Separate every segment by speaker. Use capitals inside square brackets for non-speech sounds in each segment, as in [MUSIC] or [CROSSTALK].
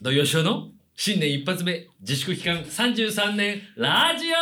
Speaker 1: 土曜ショーの新年一発目自粛期間33年ラジオ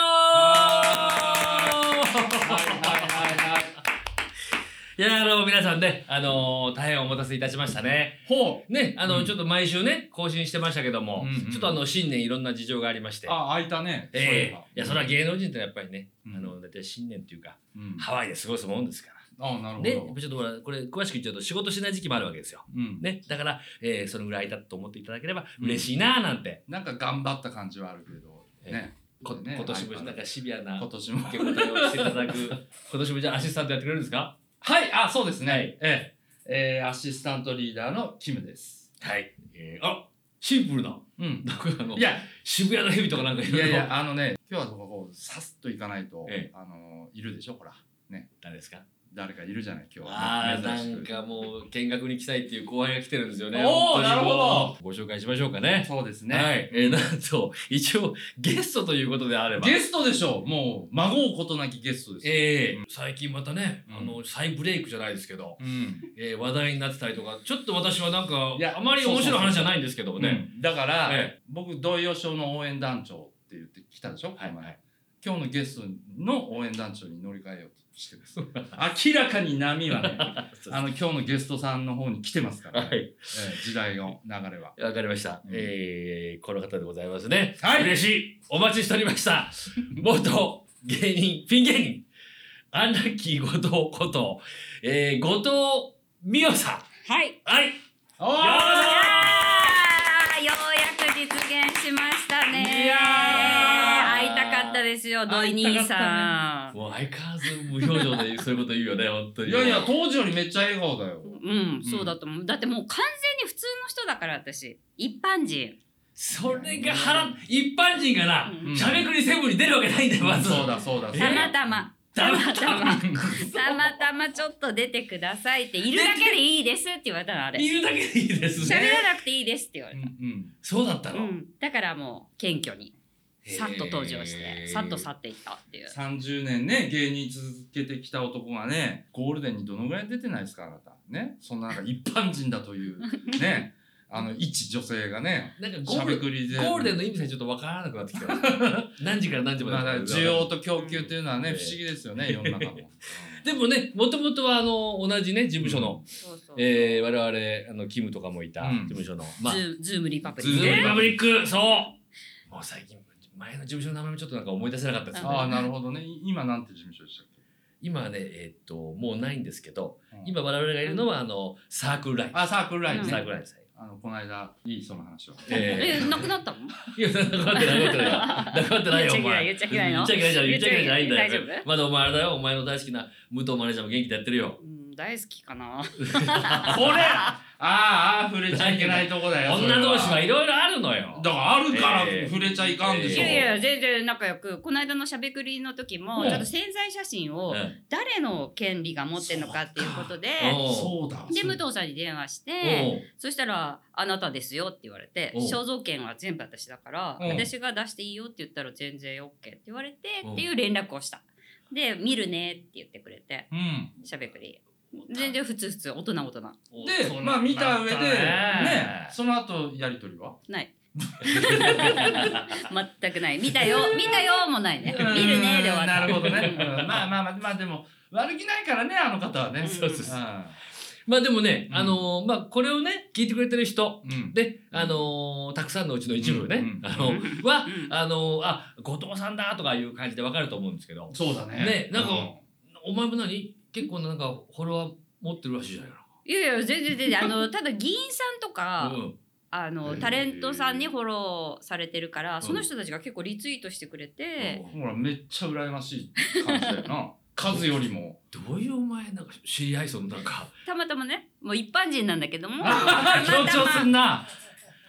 Speaker 1: いやあの皆さんね、あのー大変お待たせいたしましたね。
Speaker 2: ほう
Speaker 1: ね、あの、
Speaker 2: うん
Speaker 1: ちょっと毎週ね、更新してましたけども、
Speaker 2: うんうん
Speaker 1: ちょっとあの、新年いろんな事情がありまして。
Speaker 2: あ開いたねそう
Speaker 1: ええ
Speaker 2: ば
Speaker 1: いや、それは芸能人ってやっぱりね、
Speaker 2: うん
Speaker 1: あの、だいたい新年っていうか、
Speaker 2: うん
Speaker 1: ハワイで過ごすもんですか
Speaker 2: あなる
Speaker 1: ら。
Speaker 2: ほ
Speaker 1: ね、やっ
Speaker 2: ど
Speaker 1: ぱちょっとほら、これ詳しく言っちゃうと仕事しない時期もあるわけですよ。
Speaker 2: うん
Speaker 1: ね、だから、えーそのぐらいだと思っていただければ嬉しいなーなんて、
Speaker 2: なんか頑張った感じはあるけどね
Speaker 1: こ
Speaker 2: ね
Speaker 1: 今年も
Speaker 2: 開いた
Speaker 1: なんかシビアな
Speaker 2: 今
Speaker 1: 受
Speaker 2: 年も
Speaker 1: け答えをしていただく、 [LAUGHS] 今年もじゃあアシスタントやってくれるんですか
Speaker 2: [LAUGHS] はいあそうですね
Speaker 1: はい
Speaker 2: えええーアシスタントリーダーのキムです
Speaker 1: はい。えーあシンプルな。
Speaker 2: [LAUGHS] うん
Speaker 1: なんかあの
Speaker 2: いや
Speaker 1: 渋谷の蛇とかなんかい
Speaker 2: いやいや、あのね、今日はどこうさっと行かないと、
Speaker 1: え
Speaker 2: あのいるでしょ、ほら、
Speaker 1: 誰ですか
Speaker 2: 誰かいるじゃない、今日
Speaker 1: あ
Speaker 2: は、
Speaker 1: あ、なんかもう見学に来たいっていう後輩が来てるんですよね。
Speaker 2: おー
Speaker 1: 本当に
Speaker 2: なるほど。
Speaker 1: ご紹介しましょうかね。
Speaker 2: そうですね。
Speaker 1: はい。えーなんと、一応ゲストということであれば。
Speaker 2: ゲストでしょ、もう、孫うことなきゲストですよ。
Speaker 1: えー最近またね、
Speaker 2: うん
Speaker 1: あの、再ブレイクじゃないですけど、
Speaker 2: うん
Speaker 1: えー話題になってたりとか、ちょっと私はなんか
Speaker 2: い、や
Speaker 1: あまり面白い話じゃないんですけどもね。
Speaker 2: うんだから、
Speaker 1: え
Speaker 2: 僕、同様賞の応援団長って言ってきたでしょ、
Speaker 1: はい
Speaker 2: この前
Speaker 1: はい
Speaker 2: 今日のゲストの応援団長に乗り換えようとしてます。明らかに波はね、 [LAUGHS] あの今日のゲストさんの方に来てますから、
Speaker 1: はい。
Speaker 2: えー時代の流れは。
Speaker 1: わかりました。
Speaker 2: うん
Speaker 1: えー、この方でございますね。
Speaker 2: はい
Speaker 1: 嬉しい。お待ちしておりました。
Speaker 3: [LAUGHS]
Speaker 1: 元芸人、ピン芸人、アンラッキー後藤こと、えー、後藤美代さん。
Speaker 3: はい。
Speaker 1: はい。
Speaker 2: お
Speaker 1: よーし
Speaker 3: いやーようやく実現しましたね。
Speaker 2: いやー
Speaker 3: 会いたかったですよ、土井兄さん。
Speaker 1: もう相変わらず無表情
Speaker 3: [LAUGHS]
Speaker 1: でそういうこと言うよね、本当に。
Speaker 2: いやいや、当時よりめっちゃ笑顔だよ。
Speaker 3: うん、そうだと思う。だってもう完全に普通の人だから私。一般人。
Speaker 1: それが腹、一般人がな、
Speaker 3: うん
Speaker 1: しゃべくりセブンに出るわけないんだよ、まず。
Speaker 2: そうだそうだ。
Speaker 1: え
Speaker 2: そう
Speaker 3: た
Speaker 2: だ
Speaker 3: またま。
Speaker 1: た
Speaker 3: た
Speaker 1: ま
Speaker 3: ま
Speaker 1: た
Speaker 3: た
Speaker 1: ま
Speaker 3: ま。たまたまちょっと出てくださいって、いるだけでいいですって言われたの、あれ。
Speaker 1: 言うだけでいいです
Speaker 3: 喋
Speaker 1: ね。
Speaker 3: らなくていいですって言わ
Speaker 2: う
Speaker 3: れ
Speaker 2: ん
Speaker 3: た。
Speaker 2: うん。
Speaker 1: そうだった
Speaker 3: う
Speaker 1: の、
Speaker 3: ん。だからもう、謙虚に。
Speaker 1: へー
Speaker 3: さっと登場して、さっと去っていったっていう。
Speaker 2: 30年ね、芸人続けてきた男がね、ゴールデンにどのぐらい出てないですか、あなた。ね。そんななんか一般人だという、
Speaker 1: [LAUGHS]
Speaker 2: ね。あの、一女性がね、
Speaker 1: なんか
Speaker 2: し
Speaker 1: ゴ
Speaker 2: ゃ
Speaker 1: ー
Speaker 2: べ
Speaker 1: ル
Speaker 2: くりで。
Speaker 1: ゴールデンの意味さえちょっとわからなくなってきた。
Speaker 2: [LAUGHS]
Speaker 1: 何時から何時ま
Speaker 2: まあ
Speaker 1: で
Speaker 2: だから
Speaker 1: とか
Speaker 2: 需要と供給っていうのはね、
Speaker 1: うん
Speaker 2: 不思議ですよね、世の中
Speaker 1: [LAUGHS]
Speaker 2: の。
Speaker 1: でもね、もともとはあの同じね、事務所の、
Speaker 3: そうそうそう
Speaker 1: えー、我々あの、キムとかもいた
Speaker 2: うん
Speaker 1: 事務所の、まあ、
Speaker 3: ズーズームリパブ
Speaker 1: ズ
Speaker 3: リック
Speaker 1: ームリ
Speaker 3: ね。
Speaker 1: パブリック、そうもう最近、前の事務所の名前もちょっとなんか思い出せなかったですけど、
Speaker 2: ああ、なるほどね。い今なんて事務所でしたっけ
Speaker 1: 今はね、えーっと、もうないんですけど、
Speaker 2: うん
Speaker 1: 今我々がいるのは、あの、サークルライン。
Speaker 2: あ、サークルライン
Speaker 1: サー
Speaker 2: ね。
Speaker 1: クルラインです。
Speaker 2: あの、この間、いい、その話は。
Speaker 1: え
Speaker 3: え、なくなったの？
Speaker 1: ー、いや、なかってない、なかってないよ。なかってないよ、お前。
Speaker 3: 言っちゃいけない
Speaker 1: 言
Speaker 3: 言
Speaker 1: っ
Speaker 3: っ
Speaker 1: ち
Speaker 3: ち
Speaker 1: ゃ
Speaker 3: ゃ
Speaker 1: いけ
Speaker 3: い
Speaker 1: なじ
Speaker 3: けないい
Speaker 1: ゃ
Speaker 3: の
Speaker 1: ん、言っちゃいけないじゃないんだよ
Speaker 3: 言っちゃいけない大丈。
Speaker 1: まだお前あれだよ、お前の大好きな武藤マネージャーも元気でやってるよ。
Speaker 3: うん大好きかな。
Speaker 2: これああ、ああ触れちゃいけないとこだよ。
Speaker 1: 女同士はいいろいろあるのよ。
Speaker 2: だからあるから
Speaker 1: ええ
Speaker 2: 触れちゃいかんで
Speaker 3: い
Speaker 2: しょ。
Speaker 3: やいや全然仲良くこの間のしゃべくりの時も
Speaker 1: うん
Speaker 3: ちょっと潜在写真を
Speaker 1: うん
Speaker 3: 誰の権利が持ってんのかっていうことで
Speaker 1: おう
Speaker 2: そうだ。
Speaker 3: で武藤さんに電話し
Speaker 1: お
Speaker 3: て
Speaker 1: う
Speaker 3: そしたら「あなたですよ」って言われて
Speaker 1: おう
Speaker 3: 肖像権は全部私だから
Speaker 2: うん
Speaker 3: 私が出していいよって言ったら全然 OK って言われて
Speaker 1: うん
Speaker 3: っていう連絡をした。で見るねって言ってくれて
Speaker 2: うん。
Speaker 3: しゃべくり全然普通普通大人大人
Speaker 2: で、まあ見た上で、ね、
Speaker 1: そ
Speaker 2: その後やりとりは
Speaker 3: [LAUGHS] ない。全くない。見たよ、見たよもないね。見るねで終わ
Speaker 2: う
Speaker 3: っ
Speaker 2: ん
Speaker 3: た。
Speaker 2: なるほどね。うんまあまあまあ、まあでも、悪気ないからね、あの方はね。
Speaker 3: うんそうそう
Speaker 1: そう
Speaker 2: う
Speaker 1: [LAUGHS] まあでもね、
Speaker 2: うん
Speaker 1: あのーまあこれをね聞いてくれてる人
Speaker 2: んうん。
Speaker 1: で、あのーたくさんのうちの一部ね、
Speaker 2: うんうん
Speaker 1: あのは、
Speaker 3: うん
Speaker 1: あのーあ後藤さんだとかいう感じでわかると思うんですけど、
Speaker 2: そうだね。
Speaker 1: ねなんか
Speaker 2: うん
Speaker 1: お前も何結構なんかフォロワー持ってるらしいじゃないか
Speaker 3: いやいや、全然全然。あの、ただ議員さんと
Speaker 1: な。
Speaker 3: か、
Speaker 1: うん
Speaker 3: あの、タレントさんにフォローされてるから、その人たちが結構リツイートしてくれて、
Speaker 2: ほら、めっちゃ羨ましい感じだよ [LAUGHS] な。数よりも。
Speaker 1: どういうお前なんか知り合いそのなん
Speaker 2: [LAUGHS]
Speaker 1: か
Speaker 3: たまたまね、もう一般人なんだけども、た
Speaker 2: あ
Speaker 3: ま
Speaker 2: 強
Speaker 3: た
Speaker 2: 調すん
Speaker 3: ま、
Speaker 2: な。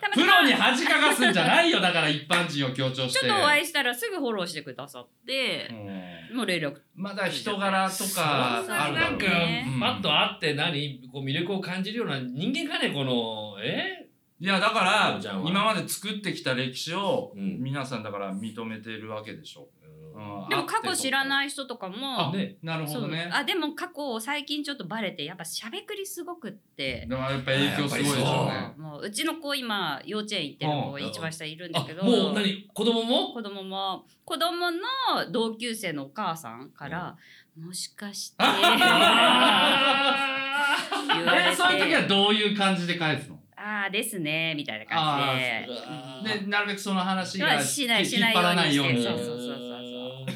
Speaker 3: たま
Speaker 2: プ
Speaker 3: た
Speaker 2: ロ
Speaker 3: ま
Speaker 2: に恥かかすんじゃないよ。だから一般人を強調し
Speaker 3: ち
Speaker 2: て。
Speaker 3: ょっとお会いしたらすぐフォローしてくださって、
Speaker 2: うん
Speaker 3: もう連絡。
Speaker 2: まだ人柄とか
Speaker 3: そう
Speaker 2: あるだ
Speaker 1: な
Speaker 2: ろ
Speaker 1: ん
Speaker 2: う
Speaker 1: か
Speaker 2: ね
Speaker 3: ね
Speaker 1: パッと会って何こう魅力を感じるような人間かねこのえ
Speaker 2: いやだか
Speaker 1: お
Speaker 2: ら
Speaker 1: じゃんは
Speaker 2: 今まで作ってきた歴史を
Speaker 1: うん
Speaker 2: 皆さんだから認めてるわけでしょ。
Speaker 1: う
Speaker 2: うん
Speaker 3: でも過去知ら
Speaker 2: い
Speaker 3: ない人とかも
Speaker 2: あ
Speaker 1: ね
Speaker 2: なるほ
Speaker 3: そ
Speaker 2: ど
Speaker 3: う
Speaker 2: ね
Speaker 3: あでも過去最近ちょっとバレてやっぱしゃべくりすごくって
Speaker 2: でもやっぱ影響すごいでしょうね
Speaker 3: もううちの子今幼稚園行ってる
Speaker 2: う
Speaker 3: 子
Speaker 2: ん
Speaker 3: 一番下いるんだ
Speaker 1: あ
Speaker 3: けど
Speaker 1: もう何子供
Speaker 3: [LAUGHS]
Speaker 1: も
Speaker 3: 子供も子供の同級生のお母さんから「もしかして」言
Speaker 2: あ
Speaker 3: われ
Speaker 2: えそういう時は
Speaker 3: て
Speaker 2: どういう感じで返すの
Speaker 3: 「ああですね」みたいな感じで
Speaker 1: うわー
Speaker 2: でなるべくその話
Speaker 3: ま
Speaker 2: が
Speaker 3: あしない
Speaker 2: 引
Speaker 3: しない
Speaker 2: っ張らないように
Speaker 3: そうそうそうそう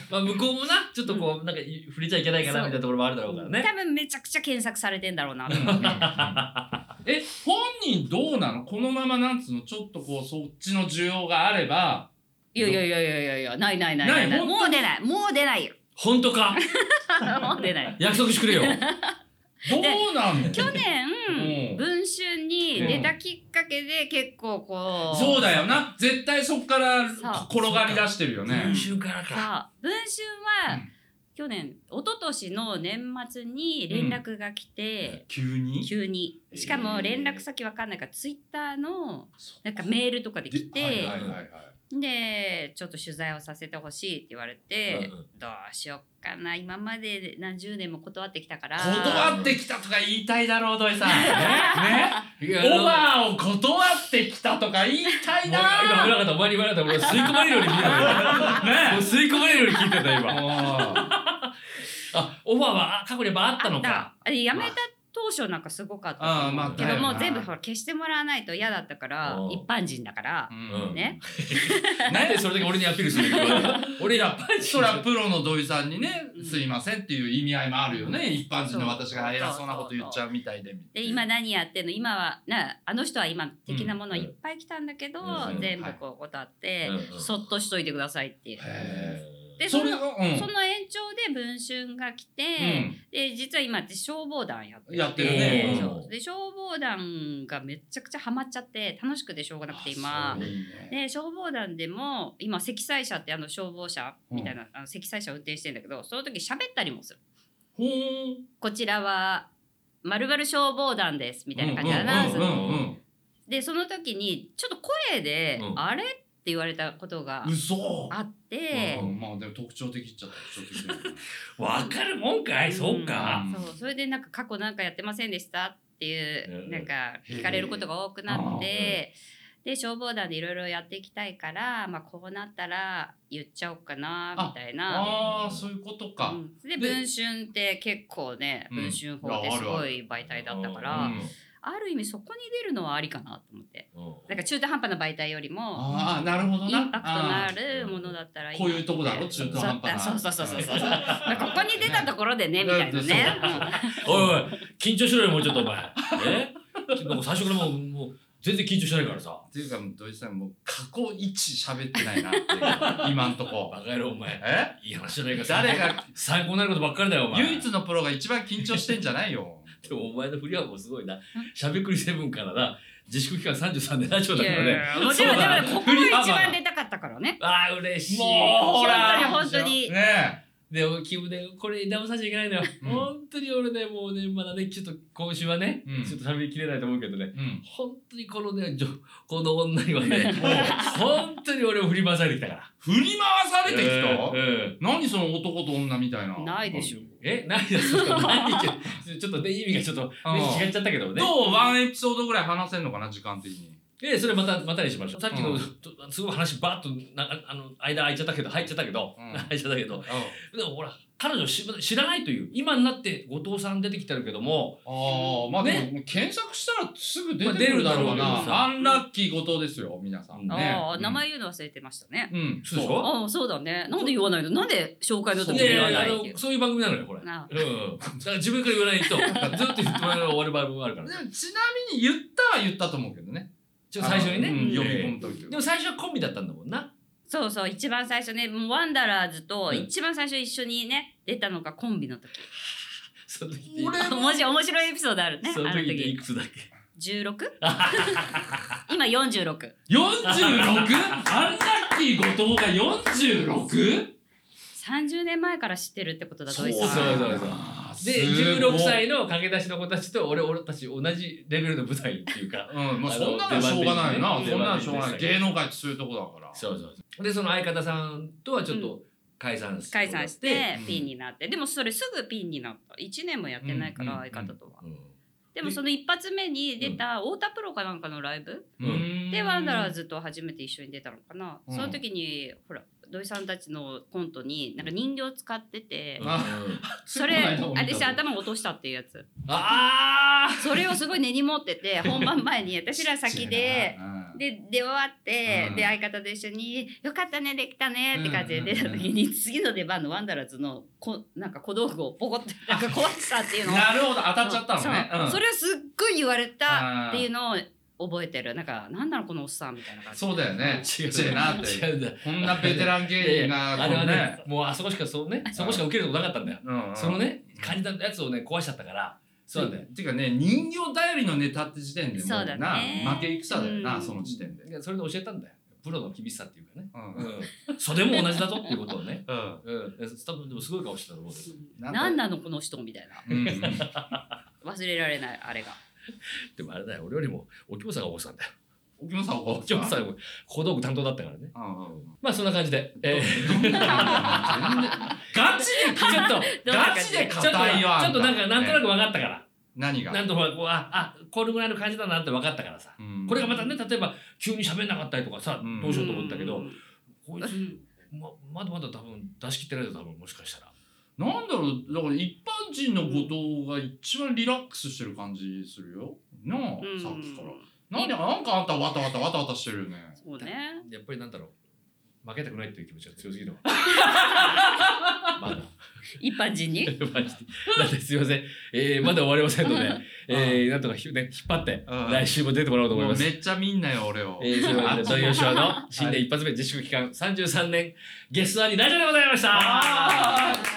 Speaker 1: まあ向こうもなちょっとこうなんか触れちゃいけないかなみたいなところもあるだろうからね
Speaker 3: 多分めちゃくちゃ検索されてんだろうなと
Speaker 2: うん
Speaker 3: 思
Speaker 2: うんう
Speaker 3: っ
Speaker 2: ん
Speaker 3: て
Speaker 2: え本人どうなのこのままなんつうのちょっとこうそっちの需要があれば
Speaker 3: いやいやいやいやいやいやないないないない
Speaker 2: ない
Speaker 3: もう出ないもう出ないよ
Speaker 1: 本当か
Speaker 3: もう出ない
Speaker 1: 約束してくれよ
Speaker 2: どうなんの
Speaker 3: 去年、
Speaker 2: うん
Speaker 3: 文春に出たきっかけで結構こう、
Speaker 2: そうだよな絶対そこから
Speaker 3: そう
Speaker 2: 転がり出してるよね
Speaker 1: 今週からか
Speaker 3: さあ文春は、
Speaker 2: うん
Speaker 3: 去年一昨年の年末に連絡が来て、
Speaker 2: 急に
Speaker 3: 急に
Speaker 1: えー
Speaker 3: しかも連絡先わかんないから、ツイッターのなんかメールとかで来て
Speaker 2: ではいはいはいはい
Speaker 3: でちょっと取材をさせてほしいって言われて、どうしよっかな今まで何十年も断ってきたから
Speaker 2: 断ってきたとか言いたいだろう土井さんね
Speaker 1: いや
Speaker 2: ねオファーを断ってきたとか言いたい
Speaker 1: もう今
Speaker 2: な
Speaker 1: 危なかったお前に言わなかった俺吸い込まれるように聞いてたよもう吸い込まれるように聞いてた今
Speaker 2: も
Speaker 1: あオファーはあ過去にやっぱあったのか
Speaker 3: あれやめた当初なんかすごかった
Speaker 2: あーまあ
Speaker 3: けども
Speaker 2: だ
Speaker 3: う
Speaker 2: よ
Speaker 3: 全
Speaker 2: な
Speaker 3: 部ほら消してもらわないと嫌だったから
Speaker 1: うん
Speaker 3: 一般人だから
Speaker 2: うう
Speaker 1: うん
Speaker 2: ん
Speaker 3: ね
Speaker 1: なんでそれだけ俺にアピールするの [LAUGHS] 俺やっぱり
Speaker 2: そりゃプロの土井さんにね
Speaker 3: う
Speaker 2: 「
Speaker 3: ん
Speaker 2: すいません」っていう意味合いもあるよね一般人の私が偉そうなこと言っちゃうみたいで
Speaker 3: で今何やってんの今はなあの人は今的なもの
Speaker 1: うん
Speaker 3: いっぱい来たんだけど、
Speaker 1: うん
Speaker 3: 全部こう断って、
Speaker 1: うん
Speaker 3: そっとしといてくださいっていう。
Speaker 2: へ
Speaker 3: で
Speaker 2: ー
Speaker 3: そ
Speaker 2: そ
Speaker 3: の
Speaker 2: れがうん
Speaker 3: その延長で文春が来て、で実は今私消防団やってて
Speaker 2: やってるね
Speaker 1: うん
Speaker 3: そうで消防団がめちゃくちゃハマっちゃって楽しくてしょうがなくて今
Speaker 2: あそういいね
Speaker 3: で消防団でも今積載車ってあの消防車みたいな、あの積載車を運転してんだけどその時喋ったりもする
Speaker 2: ほー
Speaker 3: こちらは〇〇消防団ですみたいな感じでア
Speaker 1: ん
Speaker 3: ナウンス
Speaker 1: うん
Speaker 2: うんうんうん
Speaker 3: でその時にちょっと声で
Speaker 1: うん
Speaker 3: 「あれ?」って言われたことが
Speaker 2: 嘘
Speaker 3: あって
Speaker 2: う、んまあでも特徴的っちゃ特徴的だよね
Speaker 1: わかるもんかいそうか
Speaker 2: ん
Speaker 3: そうそれでなんか過去なんかやってませんでしたっていううんなんか聞かれることが多くなっ
Speaker 1: へ
Speaker 3: て。で消防団でいろいろやっていきたいから、まあ、こうなったら言っちゃおうかなみたいな、
Speaker 2: ああそういうことか
Speaker 3: う、ん、
Speaker 2: で
Speaker 3: で文春って結構ね
Speaker 2: うん
Speaker 3: 文春法ってすごい媒体だったから、
Speaker 2: あ
Speaker 3: あ
Speaker 2: る
Speaker 3: る意味そこに出るのはありかなと思ってなんか中途半端な媒体よりも
Speaker 2: ああなるほど
Speaker 3: イ
Speaker 2: な
Speaker 3: ンパクトのあ
Speaker 2: あ
Speaker 3: るものだったらい
Speaker 2: ー
Speaker 3: い
Speaker 2: こういうとこだろ中途半端な
Speaker 3: そうそうそうそうそうそうまあここに出たところでねみたいなね
Speaker 1: [LAUGHS] おいおい緊張しろよもうちょっとお前えなんか最初からもうもう全然緊張してないからさ
Speaker 2: っていうか土井さんもう過去一喋ってないなっていう
Speaker 3: [LAUGHS]
Speaker 2: 今んとこ
Speaker 1: バカ野郎お前
Speaker 2: え
Speaker 1: いい話じゃないか
Speaker 2: 誰が
Speaker 1: 参考になることばっかりだよお前
Speaker 2: 唯一のプロが一番緊張してんじゃ
Speaker 3: [LAUGHS]
Speaker 2: ないよ
Speaker 1: でもお前の振りはもうすごいなしゃべくりセブンからな自粛期間33年ラジオだから
Speaker 3: いやい
Speaker 1: ね
Speaker 3: やいやもち
Speaker 1: そう
Speaker 3: ろ
Speaker 1: だ
Speaker 3: んでもここが一番出たかったからね
Speaker 1: ああ嬉しい
Speaker 2: もうほら
Speaker 3: 本当に
Speaker 2: ね
Speaker 1: で、キムで、これ直さなきゃいけないのよ。
Speaker 2: うん
Speaker 1: 本当に俺ね、もうね、まだね、ちょっと今週はね、
Speaker 2: うん
Speaker 1: ちょっと喋りきれないと思うけどね、
Speaker 2: えうん
Speaker 1: 本当にこのね、じょこの女には
Speaker 2: [LAUGHS]
Speaker 1: ね、本当に俺を振り回されてきたから。
Speaker 2: 振り回されてきた
Speaker 1: うんうん
Speaker 2: 何その男と女みたいな
Speaker 3: ないでしょ
Speaker 1: え、何だ、そ
Speaker 2: [LAUGHS]
Speaker 1: の何ちょちょっとね、意味がちょっと、
Speaker 2: うん
Speaker 1: ね、違っちゃったけどね。
Speaker 2: どうワンエピソードぐらい話せんのかな時間的に
Speaker 1: え、それまた、またにしましょう。さっきの、
Speaker 2: うん
Speaker 1: とすごい話、ばーっと、なあの、間空いちゃったけ [LAUGHS] ど、入っちゃったけど、
Speaker 2: うん
Speaker 1: 入っちゃったけど、でもほら、彼女知知らないという、今になって後藤さん出てきてるけども、
Speaker 2: ああまあでも
Speaker 1: ね
Speaker 2: もう検索したらすぐ出てくるだろう
Speaker 1: まあ出るだろうけど
Speaker 2: な
Speaker 1: さ
Speaker 2: アンラッキー後藤ですよ皆さんね
Speaker 3: ああ
Speaker 2: うん
Speaker 3: 名前言うの忘れてましたね
Speaker 2: うん
Speaker 1: そうでしょ
Speaker 3: ああそうだねなんで言わないのなんで紹介の時
Speaker 1: い
Speaker 3: に
Speaker 1: やい
Speaker 3: 言わ
Speaker 1: や
Speaker 3: ないい
Speaker 1: やあ
Speaker 3: っていう
Speaker 1: のそういう番組なのよこれ。うん、だ
Speaker 3: な
Speaker 1: から自分から言わないと
Speaker 3: [LAUGHS]
Speaker 1: ずっと言ってもらえば終わる番組があるから
Speaker 2: でもちなみに言ったは言ったと思うけどね
Speaker 1: ちょっと最初にね、
Speaker 2: あの
Speaker 3: うん
Speaker 2: 呼び
Speaker 1: え
Speaker 2: 込
Speaker 1: え
Speaker 2: む時
Speaker 1: でも最初はコンビだったんだもんな
Speaker 3: そうそう一番最初ねもうワンダラーズと一番最初一緒にね出たのがコンビの時
Speaker 1: その時って
Speaker 3: [LAUGHS]
Speaker 2: 俺
Speaker 3: 面白い面白いエピソードあるねあ
Speaker 1: [LAUGHS] そ
Speaker 3: の
Speaker 1: の時ってい
Speaker 3: 時
Speaker 1: くつだっけ
Speaker 3: 16?
Speaker 1: [LAUGHS]
Speaker 3: 今46
Speaker 2: 46? アンラッキー後藤が 46?
Speaker 3: 30年前から知ってるってことだ土井
Speaker 1: そう
Speaker 3: さ
Speaker 1: そうんそうで16歳の駆け出しの子たちと俺俺たち同じレベルの舞台っていうか
Speaker 2: うんまあそんなのはしょうがないな
Speaker 1: あの
Speaker 2: そんなのはしょう
Speaker 1: 出番で
Speaker 2: がない
Speaker 1: したけ
Speaker 2: 芸能界ってそういうとこだから
Speaker 1: そうそうそうでその相方さんとはちょっと解散して
Speaker 3: 解散して
Speaker 2: うん
Speaker 3: ピンになって、でもそれすぐピンになった1年もやってないから、
Speaker 2: うんうんうん
Speaker 3: 相方とは、
Speaker 1: うん
Speaker 3: でもその一発目に出た太田プロかなんかのライブ、でワンダラー
Speaker 2: ズ。
Speaker 3: ズと初めて一緒に出たのかな、
Speaker 2: うん
Speaker 3: その時にほら土井さんたちのコントになんか人形使ってて、
Speaker 1: うん
Speaker 2: あ
Speaker 3: それ私頭落としたっていうやつ
Speaker 1: あー
Speaker 3: それをすごい根に持って
Speaker 2: [LAUGHS]
Speaker 3: て本番前に私ら先で。
Speaker 2: うん
Speaker 3: で出終わって、
Speaker 2: うん
Speaker 3: で相方と一緒に「よかったねできたね」って感じで出た時に、次の出番のワンダラーズのこなんか小道具をポコってなんか壊したっていうのを
Speaker 2: なるほど、当たっちゃったのね。
Speaker 3: そう
Speaker 2: うん
Speaker 3: それをすっごい言われたっていう
Speaker 2: う
Speaker 3: のを覚えてるなんかなんだろうこのおっさんみたいな感
Speaker 2: ん。
Speaker 3: じ
Speaker 2: そうだよね。ちっちゃいなって。
Speaker 1: 違うんだ
Speaker 2: こんなベテラン芸人が、
Speaker 1: あ
Speaker 2: こ
Speaker 1: れは
Speaker 2: の
Speaker 1: ね。もうあそこしかそうねそこしか受けるとこなかったんだよ
Speaker 2: うんうん
Speaker 1: その。ね感じたやつをね壊しちゃったからそうなんだよ
Speaker 2: ていうかね、人形頼りのネタって時点でも
Speaker 3: そう
Speaker 2: う
Speaker 3: だ
Speaker 2: な、
Speaker 3: ね
Speaker 2: 負け戦だよ
Speaker 3: う
Speaker 2: な、
Speaker 3: ん
Speaker 2: その時点で。
Speaker 1: いやそれで教えたんだよプロの厳しさっていうかね
Speaker 2: うん
Speaker 1: うんそれも同じだぞっていうことをね
Speaker 2: うん。
Speaker 1: うんスタッフでもすごい顔してたと思うけど
Speaker 2: な
Speaker 3: 何なのこの人みたいな
Speaker 2: うんうん
Speaker 3: 忘れられないあれが
Speaker 1: でもあれだよ俺よりもおきもさんが起こしたんだよ
Speaker 2: おきもさん、
Speaker 1: おきもさんが小道具担当だったからね
Speaker 2: うんうんうん。
Speaker 1: まあそんな感じでえー
Speaker 2: 全然
Speaker 1: ちょっと、
Speaker 2: ガチで
Speaker 3: どんな
Speaker 1: ガ
Speaker 3: 感じ
Speaker 1: チでちょっと、ちょっと
Speaker 2: 硬いよあんた
Speaker 1: なんか、なんとなく分かったから。
Speaker 2: 何が
Speaker 1: なんとなく、あ、あ、これぐらいの感じだなって分かったからさ。
Speaker 2: うん
Speaker 1: これがまたね、例えば、急に喋んなかったりとかさ
Speaker 2: う、ん
Speaker 1: どうしようと思ったけ
Speaker 3: う
Speaker 1: ど、
Speaker 3: ん
Speaker 1: こいつ、ま、まだまだ多分出し切ってないぞ、多分、もしかしたら。
Speaker 2: なんだろうだから一般人の後藤が一番リラックスしてる感じするよなあ、
Speaker 3: うん
Speaker 2: さっきから何なんかあんたわたわたわたわたしてるよね
Speaker 3: そうね
Speaker 1: やっぱりなんだろう、負けたくないっていう気持ちが強すぎるわ。まだ。
Speaker 3: 一般人に
Speaker 1: [LAUGHS] マジでなんですいません。えー、まだ終わりませんので、えー、なんとかひ、ね、引っ張って、
Speaker 2: うん
Speaker 1: 来週も出てもらおうと思い
Speaker 2: も
Speaker 1: ま
Speaker 2: う
Speaker 1: す。
Speaker 2: めっちゃ見んなよ俺を、
Speaker 1: えー、それでは、土井善の新年一発目自粛期間33年、ゲストアニラジオでございました。
Speaker 2: あー